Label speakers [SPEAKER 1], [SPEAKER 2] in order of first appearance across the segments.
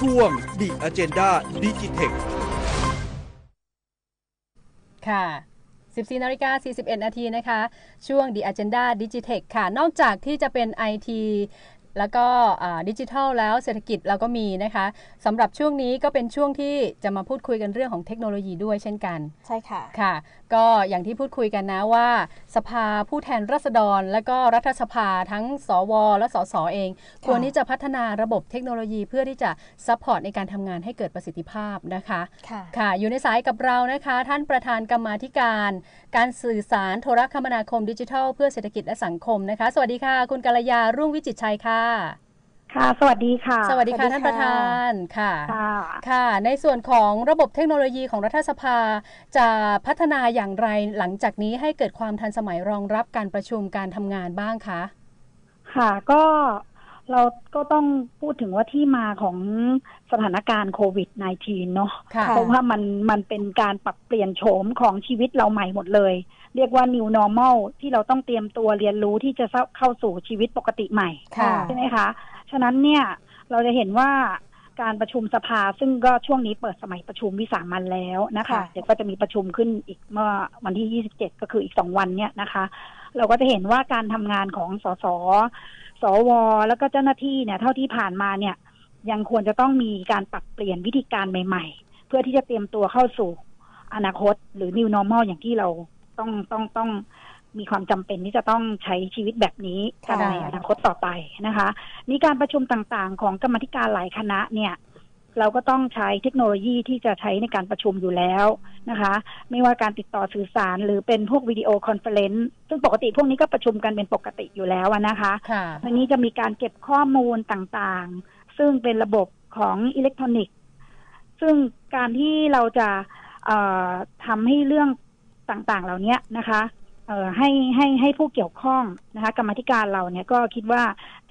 [SPEAKER 1] ช่วงดีอเจนดาดิจิเทค
[SPEAKER 2] ค่ะ 14นาฬิกา41 นาทีนะคะ ช่วง The Agenda Digitech ค่ะ นอกจากที่จะเป็น IT แล้วก็ดิจิทัลแล้วเศรษฐกิจเราก็มีนะคะสำหรับช่วงนี้ก็เป็นช่วงที่จะมาพูดคุยกันเรื่องของเทคโนโลยีด้วยเช่นกัน
[SPEAKER 3] ใช่ค่ะ
[SPEAKER 2] ค่ะ ก็อย่างที่พูดคุยกันนะว่า สภาผู้แทนราษฎร และก็รัฐสภาทั้งสว และสสเอง ควรที่จะพัฒนาระบบเทคโนโลยีเพื่อที่จะซัพพอร์ตในการทำงานให้เกิดประสิทธิภาพนะคะ
[SPEAKER 3] ค่ะ
[SPEAKER 2] ค่ะ อยู่ในสายกับเรานะคะ ท่านประธานกรรมาธิการ การสื่อสารโทรคมนาคมดิจิทัล เพื่อเศรษฐกิจและสังคมนะคะ สวัสดีค่ะ คุณกัลยารุ่งวิจิตรชัยค่ะ
[SPEAKER 4] ค่ะ สวัสดีค่ะ
[SPEAKER 2] สวัสดีค่ะ
[SPEAKER 3] สวัสดีค่ะ
[SPEAKER 2] ท่านประธานค่ะ
[SPEAKER 4] ค่ะ
[SPEAKER 2] ค่ะ ในส่วนของระบบเทคโนโลยีของรัฐสภา จะพัฒนาอย่างไรหลังจากนี้ให้เกิดความทันสมัยรองรับการประชุมการทำงานบ้างคะ
[SPEAKER 4] ค่ะ ก็เราก็ต้องพูดถึงว่าที่มาของสถานการณ์โควิด -19 เนอะ
[SPEAKER 2] ค่ะ
[SPEAKER 4] เพราะว่ามันมันเป็นการปรับเปลี่ยนโฉมของชีวิตเราใหม่หมดเลย เรียกว่า new normal ที่เราต้องเตรียมตัวเรียนรู้ที่จะเข้าสู่ชีวิตปกติใหม่
[SPEAKER 2] ค่ะ
[SPEAKER 4] ใช่ไหมคะ ฉะนั้นเนี่ยเราจะเห็นว่าการประชุมสภาซึ่งก็ช่วงนี้เปิดสมัยประชุมวิสามันแล้วนะคะ
[SPEAKER 3] ค่ะ
[SPEAKER 4] เดี๋ยวก็จะมีประชุมขึ้นอีกเมื่อวันที่ 27 ก็คืออีก 2 วันเนี่ยนะคะ เราก็จะเห็นว่าการทำงานของสส สว แล้วก็เจ้าหน้าที่เนี่ยเท่าที่ผ่านมาเนี่ยยังควรจะต้องมีการปรับเปลี่ยนวิธีการใหม่ ๆ เพื่อที่จะเตรียมตัวเข้าสู่อนาคตหรือ new normal อย่างที่เราต้องต้องต้องมีความจำเป็นที่จะต้องใช้ชีวิตแบบนี้กัน
[SPEAKER 2] ค่ะ
[SPEAKER 4] ในอนาคตต่อไปนะคะ นี่การประชุมต่างๆ ของกรรมาธิการหลายคณะเนี่ย เราก็ต้องใช้เทคโนโลยีที่จะใช้ในการประชุมอยู่แล้วนะคะ ไม่ว่าการติดต่อสื่อสารหรือเป็นพวกวิดีโอคอนเฟอเรนซ์ซึ่งปกติพวกนี้ก็ประชุมกันเป็นปกติอยู่แล้วอะนะคะ
[SPEAKER 2] ค่ะ
[SPEAKER 4] วันนี้จะมีการเก็บข้อมูลต่างๆ ซึ่งเป็นระบบของอิเล็กทรอนิกส์ ซึ่งการที่เราจะเอ่อทำให้เรื่องต่างๆ เหล่านี้นะคะเอ่อให้ให้ให้ผู้เกี่ยวข้องนะคะ กรรมาธิการเราเนี่ยก็คิดว่า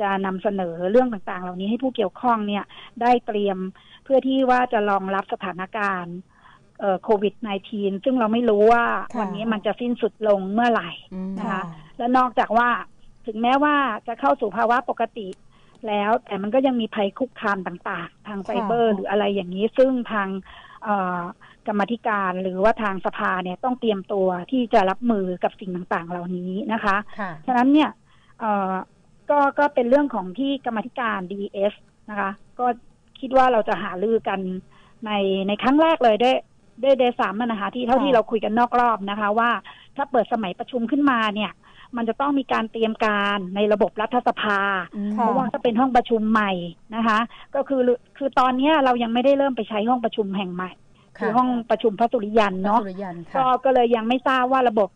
[SPEAKER 4] จะนำเสนอเรื่องต่างๆ เหล่านี้ให้ผู้เกี่ยวข้องเนี่ยได้เตรียมเพื่อที่ว่าจะรองรับสถานการณ์เอ่อโควิด -19 ซึ่งเราไม่รู้ว่า
[SPEAKER 3] ค่ะ
[SPEAKER 4] วันนี้มันจะสิ้นสุดลงเมื่อไหร่
[SPEAKER 2] อืม
[SPEAKER 4] ค่ะ และนอกจากว่าถึงแม้ว่าจะเข้าสู่ภาวะปกติแล้ว แต่มันก็ยังมีภัยคุกคามต่างๆ ทางไซเบอร์
[SPEAKER 3] ค่ะ
[SPEAKER 4] หรืออะไรอย่างนี้ ซึ่งทางเอ่อกรรมาธิการหรือว่าทางสภาเนี่ยต้องเตรียมตัวที่จะรับมือกับสิ่งต่างๆ เหล่านี้นะคะ
[SPEAKER 2] ค่ะ
[SPEAKER 4] ฉะนั้นเนี่ยเอ่อก็ก็เป็นเรื่องของที่กรรมาธิการ DES นะคะ ก็คิดว่าเราจะหารือกันในในครั้งแรกเลยได้ได้ได้สามอะนะคะที่เท่า
[SPEAKER 3] ค่ะ
[SPEAKER 4] ที่เราคุยกันนอกรอบนะคะ ว่าถ้าเปิดสมัยประชุมขึ้นมาเนี่ย มันจะต้องมีการเตรียมการในระบบรัฐสภา
[SPEAKER 3] ค่ะ
[SPEAKER 4] เพราะว่าก็เป็นห้องประชุมใหม่นะคะ ก็คือคือตอนเนี้ยเรายังไม่ได้เริ่มไปใช้ห้องประชุมแห่งใหม่ คือห้องประชุมพระสุริยัน
[SPEAKER 2] เนาะสุ
[SPEAKER 4] เนาะ
[SPEAKER 2] ริยันค่ะ
[SPEAKER 4] ก็ก็เลยยังไม่ทราบว่าระบบ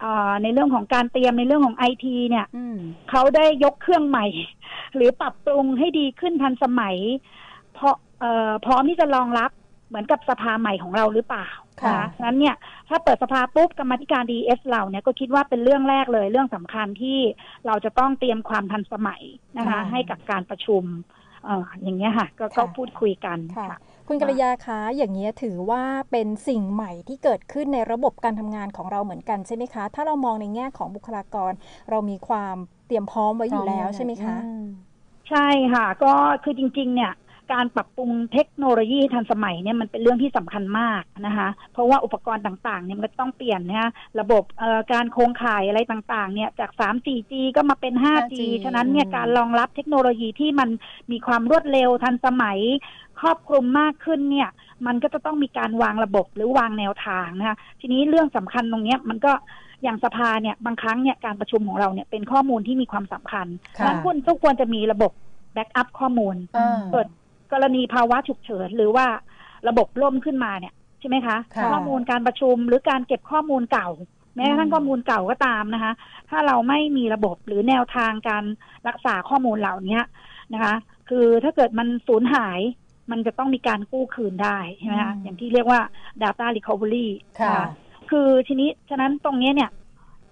[SPEAKER 4] เอ่อในเรื่องของการเตรียมในเรื่องของไอทีเนี่ย
[SPEAKER 2] อืม
[SPEAKER 4] เขาได้ยกเครื่องใหม่ หรือปรับปรุงให้ดีขึ้นทันสมัย เพราะเอ่อพร้อมที่จะรองรับเหมือนกับสภาใหม่ของเราหรือเปล่า
[SPEAKER 2] ค่ะ
[SPEAKER 4] นฉนั้นเนี่ยถ้าเปิดสภาปุ๊บกรรมาธิการดีเอสเราเนี่ยก็คิดว่าเป็นเรื่องแรกเลย เรื่องสำคัญที่เราจะต้องเตรียมความทันสมัยนะคะ
[SPEAKER 3] ค่ะ
[SPEAKER 4] ให้กับการประชุมเอ่ออย่างเงี้ยค่ะก็ก็
[SPEAKER 3] ค่ะ
[SPEAKER 4] พูดคุยกัน
[SPEAKER 3] ค่ะ คุณกัลยาคะอย่างนี้ยถือว่าเป็นสิ่งใหม่ที่เกิดขึ้นในระบบการทำงานของเราเหมือนกันใช่ไหมคะ ถ้าเรามองในแง่ของบุคลากร เรามีความเตรียมพร้อมไว้อยู่แล้วใช่ไหมคะ
[SPEAKER 2] อืม
[SPEAKER 4] ใช่ค่ะ ก็คือจริง ๆ เนี่ย การปรับปรุงเทคโนโลยีทันสมัยเนี่ยมันเป็นเรื่องที่สำคัญมากนะคะ เพราะว่าอุปกรณ์ต่างๆเนี่ยมันก็ต้องเปลี่ยนนะฮะระบบเอ่อการโครงข่ายอะไรต่างๆ เนี่ยจาก 3 4G ก็มาเป็น 5G ฉะนั้นเนี่ย
[SPEAKER 2] อืม
[SPEAKER 4] การรองรับเทคโนโลยีที่มันมีความรวดเร็วทันสมัย ครอบคลุมมากขึ้นเนี่ย มันก็จะต้องมีการวางระบบหรือวางแนวทางนะคะทีนี้เรื่องสำคัญตรงเนี้ยมันก็อย่างสภาเนี่ยบางครั้งเนี่ยการประชุมของเราเนี่ยเป็นข้อมูลที่มีความสำคัญ
[SPEAKER 2] ค่ะ
[SPEAKER 4] นั้นคุณต้องควรจะมีระบบแบ็กอัพข้อมูล
[SPEAKER 2] อ่า
[SPEAKER 4] เกิดกรณีภาวะฉุกเฉินหรือว่าระบบล่มขึ้นมาเนี่ยใช่ไหมคะ
[SPEAKER 2] ค่ะ
[SPEAKER 4] ข้อมูลการประชุมหรือการเก็บข้อมูลเก่า แม้กระทั่งข้อมูลเก่าก็ตามนะคะ ถ้าเราไม่มีระบบหรือแนวทางการรักษาข้อมูลเหล่านี้นะคะ คือถ้าเกิดมันสูญหาย มันจะต้องมีการกู้คืนได้ใช่ไหมคะ
[SPEAKER 3] อืม
[SPEAKER 4] อย่างที่เรียกว่า data recovery
[SPEAKER 2] ค่ะ
[SPEAKER 4] น คือทีนี้ฉะนั้นตรงเนี้ยเนี่ย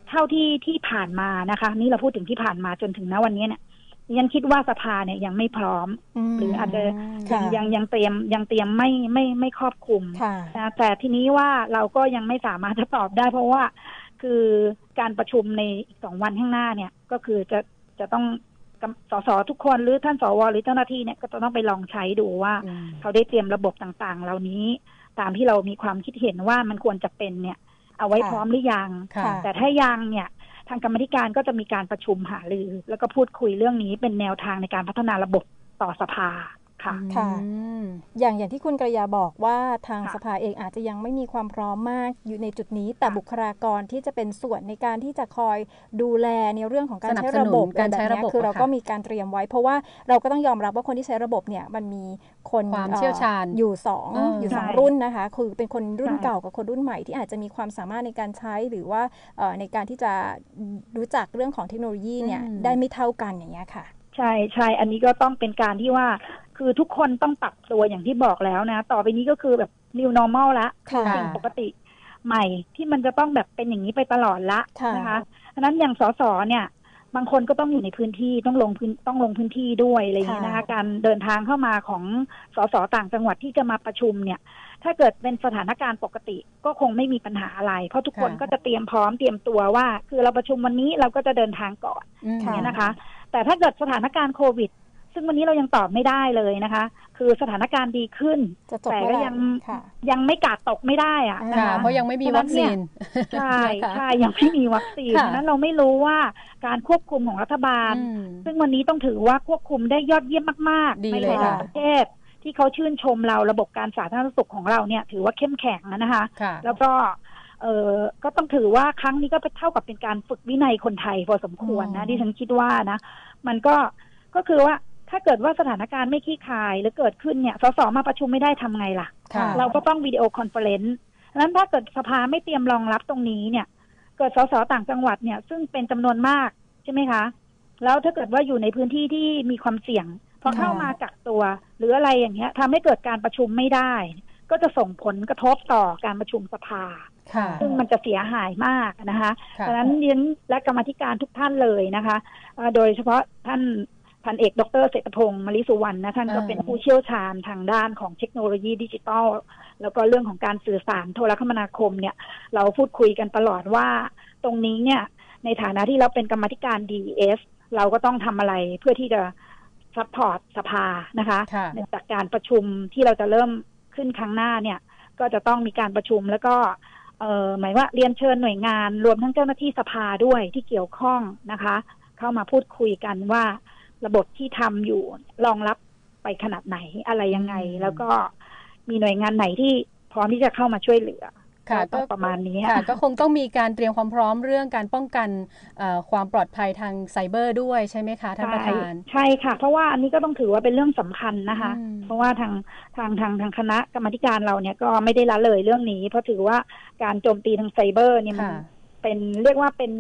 [SPEAKER 4] เท่าที่ที่ผ่านมานะคะ นี่เราพูดถึงที่ผ่านมาจนถึงณวันนี้เนี่ยดิฉันคิดว่าสภาเนี่ยยังไม่พร้อม หรืออาจจะ
[SPEAKER 3] ค่ะ
[SPEAKER 4] ยังยังเตรียมยังเตรียมไม่ไม่ไม่ครอบคลุม
[SPEAKER 3] ค่ะ
[SPEAKER 4] นะแต่ทีนี้ว่าเราก็ยังไม่สามารถจะตอบได้ เพราะว่าคือการประชุมในอีกสองวันข้างหน้าเนี่ย ก็คือจะจะต้อง กำสสทุกคนหรือท่านสวหรือเจ้าหน้าที่เนี่ยก็จะต้องไปลองใช้ดูว่า
[SPEAKER 2] อืม
[SPEAKER 4] เขาได้เตรียมระบบต่างๆ เหล่านี้ ตามที่เรามีความคิดเห็นว่ามันควรจะเป็นเนี่ย เอาไว้
[SPEAKER 3] ค่ะ
[SPEAKER 4] พร้อมหรือยัง
[SPEAKER 2] ค่ะ
[SPEAKER 4] แต่ถ้ายังเนี่ย ทางกรรมธิการก็จะมีการประชุมหารือ แล้วก็พูดคุยเรื่องนี้เป็นแนวทางในการพัฒนาระบบต่อสภาค่ะ
[SPEAKER 3] ค่ะ
[SPEAKER 2] อืม
[SPEAKER 3] อย่างอย่างที่คุณกระยาบอกว่าทาง
[SPEAKER 4] ค่ะ
[SPEAKER 3] สภาเองอาจจะยังไม่มีความพร้อมมากอยู่ในจุดนี้ แต่
[SPEAKER 4] ค่ะ
[SPEAKER 3] บุคลากรที่จะเป็นส่วนในการที่จะคอยดูแลในเรื่องของการ
[SPEAKER 2] สนับ
[SPEAKER 3] ใช้
[SPEAKER 2] สนุน
[SPEAKER 3] ระบบ
[SPEAKER 2] การใช้ระบบ
[SPEAKER 3] แนี้คือเรา
[SPEAKER 2] อะค่ะ
[SPEAKER 3] ก็มีการเตรียมไว้ เพราะว่าเราก็ต้องยอมรับว่าคนที่ใช้ระบบเนี่ยมันมีคน
[SPEAKER 2] ความ
[SPEAKER 3] อ่อ
[SPEAKER 2] เชี่ยวชาญ
[SPEAKER 3] อยู่สอง
[SPEAKER 2] เออ
[SPEAKER 3] อ
[SPEAKER 2] อ
[SPEAKER 3] ยู่สอง
[SPEAKER 4] ใช่
[SPEAKER 3] รุ่นนะคะ คือเป็นคนรุ่น
[SPEAKER 4] ใช่
[SPEAKER 3] เก่ากับคนรุ่นใหม่ที่อาจจะมีความสามารถในการใช้หรือว่าเอ่อในการที่จะรู้จักเรื่องของเทคโนโลยีเนี่ย
[SPEAKER 2] อืม
[SPEAKER 3] ได้ไม่เท่ากันอย่างเงี้ยค่ะ
[SPEAKER 4] ใช่ใช่อันนี้ก็ต้องเป็นการที่ว่า คือทุกคนต้องปรับตัวอย่างที่บอกแล้วนะ ต่อไปนี้ก็คือแบบ new normal ละ
[SPEAKER 3] ค่ะ
[SPEAKER 2] ค่ะ
[SPEAKER 4] สิ่งปกติใหม่ที่มันจะต้องแบบเป็นอย่างนี้ไปตลอดละ
[SPEAKER 3] ค่ะ
[SPEAKER 4] นะคะฉะนั้นอย่างสสเนี่ย บางคนก็ต้องอยู่ในพื้นที่ต้องลงพื้นต้องลงพื้นที่ด้วยอะไรอย่างนี้ยนะคะ การเดินทางเข้ามาของสสต่างจังหวัดที่จะมาประชุมเนี่ย ถ้าเกิดเป็นสถานการณ์ปกติก็คงไม่มีปัญหาอะไร เพราะทุกคน
[SPEAKER 2] ค่ะ
[SPEAKER 4] ก็จะเตรียมพร้อมเตรียมตัวว่า คือเราประชุมวันนี้เราก็จะเดินทางก่อน
[SPEAKER 2] อืม
[SPEAKER 3] ค่ะ
[SPEAKER 4] เนี่ยนะคะ แต่ถ้าเกิดสถานการณ์โควิด ซึ่งวันนี้เรายังตอบไม่ได้เลยนะคะ คือสถานการณ์ดีขึ้น
[SPEAKER 3] จะจบ
[SPEAKER 4] แต่
[SPEAKER 3] เมื่
[SPEAKER 4] ก็
[SPEAKER 3] อไห
[SPEAKER 4] ยั
[SPEAKER 3] ร่
[SPEAKER 4] ง
[SPEAKER 3] ค่ะ
[SPEAKER 4] ยังไม่กาดตกไม่ได้อะนะ
[SPEAKER 2] ค่ะ
[SPEAKER 4] คะ
[SPEAKER 2] เพราะยังไม่มี
[SPEAKER 4] เพราะฉะนั้
[SPEAKER 2] วันค
[SPEAKER 4] เนี่
[SPEAKER 2] ซี
[SPEAKER 4] ย
[SPEAKER 2] น
[SPEAKER 4] ใช่
[SPEAKER 2] นะคะ
[SPEAKER 4] ใช่ยังไม่มีวัคซีน
[SPEAKER 2] ค่ะ
[SPEAKER 4] ฉะนั้นเราไม่รู้ว่าการควบคุมของรัฐบาล
[SPEAKER 2] อืม
[SPEAKER 4] ซึ่งวันนี้ต้องถือว่าควบคุมได้ยอดเยี่ยมมาก
[SPEAKER 2] ดี
[SPEAKER 4] ๆใน
[SPEAKER 2] เลย
[SPEAKER 4] ห
[SPEAKER 2] ค่ะ
[SPEAKER 4] ลายๆประเทศที่เขาชื่นชมเราระบบการสาธารณสุขของเราเนี่ย ถือว่าเข้มแข็งนะคะ
[SPEAKER 2] ค่ะ
[SPEAKER 4] แล้วก็เออก็ต้องถือว่าครั้งนี้ก็เท่ากับเป็นการฝึกวินัยคนไทยพอสมควร
[SPEAKER 3] อืม
[SPEAKER 4] นะที่ฉันคิดว่านะ มันก็ก็คือว่าถ้าเกิดว่าสถานการณ์ไม่คลี่คลายหรือเกิดขึ้นเนี่ยสสมาประชุมไม่ได้ทำไงล่ะ
[SPEAKER 2] ค่ะ
[SPEAKER 4] เราก็ต้องวิดีโอคอนเฟอเรนซ์นั้นถ้าเกิดสภาไม่เตรียมรองรับตรงนี้เนี่ย เกิดสสต่างจังหวัดเนี่ย ซึ่งเป็นจำนวนมากใช่ไหมคะ แล้วถ้าเกิดว่าอยู่ในพื้นที่ที่มีความเสี่ยง พอ
[SPEAKER 3] ค่ะ
[SPEAKER 4] เข้ามากักตัว หรืออะไรอย่างเงี้ยทำให้เกิดการประชุมไม่ได้ ก็จะส่งผลกระทบต่อการประชุมสภา
[SPEAKER 2] ค่ะ
[SPEAKER 4] ซึ่งมันจะเสียหายมากนะคะ
[SPEAKER 2] ค่ะ
[SPEAKER 4] ดังนั้นเรียนและกรรมาธิการทุกท่านเลยนะคะเอ่อโดยเฉพาะท่านพันเอกดรเศรษฐพงศ์มลิสุวรรณนะท่านก็
[SPEAKER 2] อ่า
[SPEAKER 4] เป็นผู้เชี่ยวชาญทางด้านของเทคโนโลยีดิจิทัล แล้วก็เรื่องของการสื่อสารโทรคมนาคมเนี่ย เราพูดคุยกันตลอดว่าตรงนี้เนี่ย ในฐานะที่เราเป็นกรรมาธิการ DES เราก็ต้องทำอะไรเพื่อที่จะซัพพอร์ตสภานะคะ
[SPEAKER 2] ค่ะ
[SPEAKER 4] เนื่องจากการประชุมที่เราจะเริ่มขึ้นครั้งหน้าเนี่ย ก็จะต้องมีการประชุมแล้วก็เอ่อหมายว่าเรียนเชิญหน่วยงานรวมทั้งเจ้าหน้าที่สภาด้วยที่เกี่ยวข้องนะคะ เข้ามาพูดคุยกันว่าระบบที่ทำอยู่รองรับไปขนาดไหนอะไรยังไง
[SPEAKER 2] อืม
[SPEAKER 4] แล้วก็มีหน่วยงานไหนที่พร้อมที่จะเข้ามาช่วยเหลือ
[SPEAKER 2] ค่ะ
[SPEAKER 4] ก็
[SPEAKER 2] ก็
[SPEAKER 4] ประมาณนี้
[SPEAKER 2] ค่ะ ก็คงต้องมีการเตรียมความพร้อมเรื่องการป้องกันเอ่อความปลอดภัยทางไซเบอร์ด้วยใช่ไหมคะท่านประธาน
[SPEAKER 4] ใช่ใช่ค่ะ เพราะว่าอันนี้ก็ต้องถือว่าเป็นเรื่องสำคัญนะคะ
[SPEAKER 2] อืม
[SPEAKER 4] เพราะว่าทางทางทางทางคณะกรรมาธิการเราเนี่ยก็ไม่ได้ละเลยเรื่องนี้ เพราะถือว่าการโจมตีทางไซเบอร์เนี่ยมัน
[SPEAKER 2] ค่ะ
[SPEAKER 4] เป็นเรียกว่าเป็น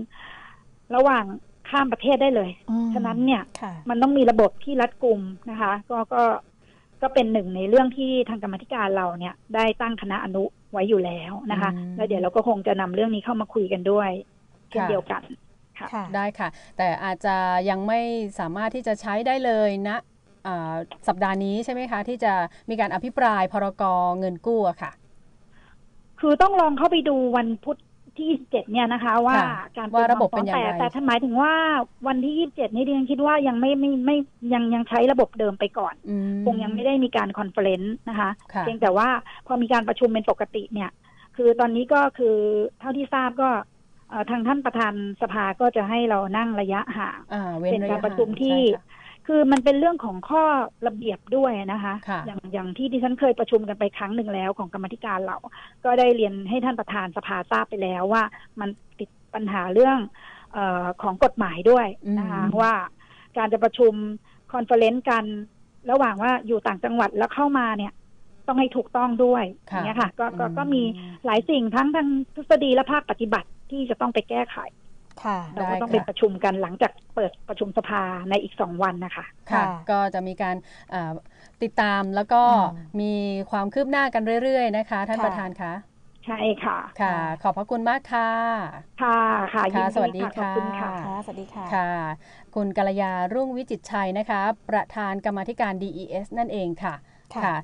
[SPEAKER 4] ระหว่างข้ามประเทศได้เลย
[SPEAKER 3] อืม
[SPEAKER 4] ฉะนั้นเนี่ย
[SPEAKER 3] ค่ะ
[SPEAKER 4] มันต้องมีระบบที่รัดกุมนะคะ ก็ก็ก็เป็นหนึ่งในเรื่องที่ทางกรรมาธิการเราเนี่ย ได้ตั้งคณะอนุไว้อยู่แล้วนะคะ
[SPEAKER 2] อืม
[SPEAKER 4] แล้วเดี๋ยวเราก็คงจะนำเรื่องนี้เข้ามาคุยกันด้วยเช่นเดียวกัน
[SPEAKER 3] ค่ะ
[SPEAKER 2] ได้ค่ะ แต่อาจจะยังไม่สามารถที่จะใช้ได้เลยนะอ่าสัปดาห์นี้ใช่ไหมคะ ที่จะมีการอภิปรายพรกเงินกู้อะค่ะ
[SPEAKER 4] คือต้องลองเข้าไปดูวันพุธที่ 27 เนี่ยนะคะ ว่า
[SPEAKER 2] ค่ะ
[SPEAKER 4] การ
[SPEAKER 2] ว่าระบบเป็นอย่างไร
[SPEAKER 4] แต่แต่ท่านหมายถึงว่าวันที่ 27 นี่ดิฉันคิดว่ายังไม่ไม่ไม่ยังยังใช้ระบบเดิมไปก่อน
[SPEAKER 2] อืม
[SPEAKER 4] คงยังไม่ได้มีการคอนเฟอเรนซ์นะคะ
[SPEAKER 2] ค่ะ
[SPEAKER 4] เพียงแต่ว่าพอมีการประชุมเป็นปกติเนี่ย คือตอนนี้ก็คือเท่าที่ทราบก็เอ่อทางท่านประธานสภาก็จะให้เรานั่งระยะห่าง
[SPEAKER 2] อ่าเว้น
[SPEAKER 4] เป็น
[SPEAKER 2] ระ
[SPEAKER 4] การ
[SPEAKER 2] ยะ
[SPEAKER 4] ประชุม
[SPEAKER 2] ห่าง
[SPEAKER 4] ที่
[SPEAKER 2] ใช่ค่ะ
[SPEAKER 4] คือมันเป็นเรื่องของข้อระเบียบด้วยนะคะ
[SPEAKER 2] ค่ะ
[SPEAKER 4] อย่างอย่างที่ดิฉันเคยประชุมกันไปครั้งหนึ่งแล้วของกรรมาธิการเรา ก็ได้เรียนให้ท่านประธานสภาทราบไปแล้วว่ามันติดปัญหาเรื่องเออของกฎหมายด้วยนะคะ
[SPEAKER 2] อืม
[SPEAKER 4] ว่าการจะประชุมคอนเฟอเรนซ์กันระหว่างว่าอยู่ต่างจังหวัดแล้วเข้ามาเนี่ย ต้องให้ถูกต้องด้วยอย่างเงี้ยค่ะก็ก็ก็มีหลายสิ่งทั้งทางทฤษฎีและภาคปฏิบัติที่จะต้องไปแก้ไข
[SPEAKER 3] ค่ะ
[SPEAKER 4] เราก็ต้อง
[SPEAKER 2] ได้
[SPEAKER 4] ไป
[SPEAKER 2] ค่ะ
[SPEAKER 4] ประชุมกันหลังจากเปิดประชุมสภาในอีกสองวันนะคะ
[SPEAKER 2] ค่ะ
[SPEAKER 3] ค่ะ
[SPEAKER 2] ก็จะมีการเอ่อติดตามแล้วก็
[SPEAKER 3] อืม
[SPEAKER 2] มีความคืบหน้ากันเรื่อยๆ นะคะ ท่าน
[SPEAKER 3] ค่ะ
[SPEAKER 2] ประธานคะ
[SPEAKER 4] ใช่ค่ะ
[SPEAKER 2] ค่ะ ขอบพระคุณมากค่ะ
[SPEAKER 4] ค่ะ ค่ะยิน
[SPEAKER 2] ค่ะสวัสดี
[SPEAKER 4] ดีค่ะ ขอบคุณ
[SPEAKER 2] ค่ะ
[SPEAKER 4] ค่ะ
[SPEAKER 3] ค่ะ สวัสดีค่ะ
[SPEAKER 2] ค่ะ คุณกัลยารุ่งวิจิตรชัยนะคะ ประธานกรรมาธิการ DES นั่นเองค่ะ
[SPEAKER 3] ค่ะ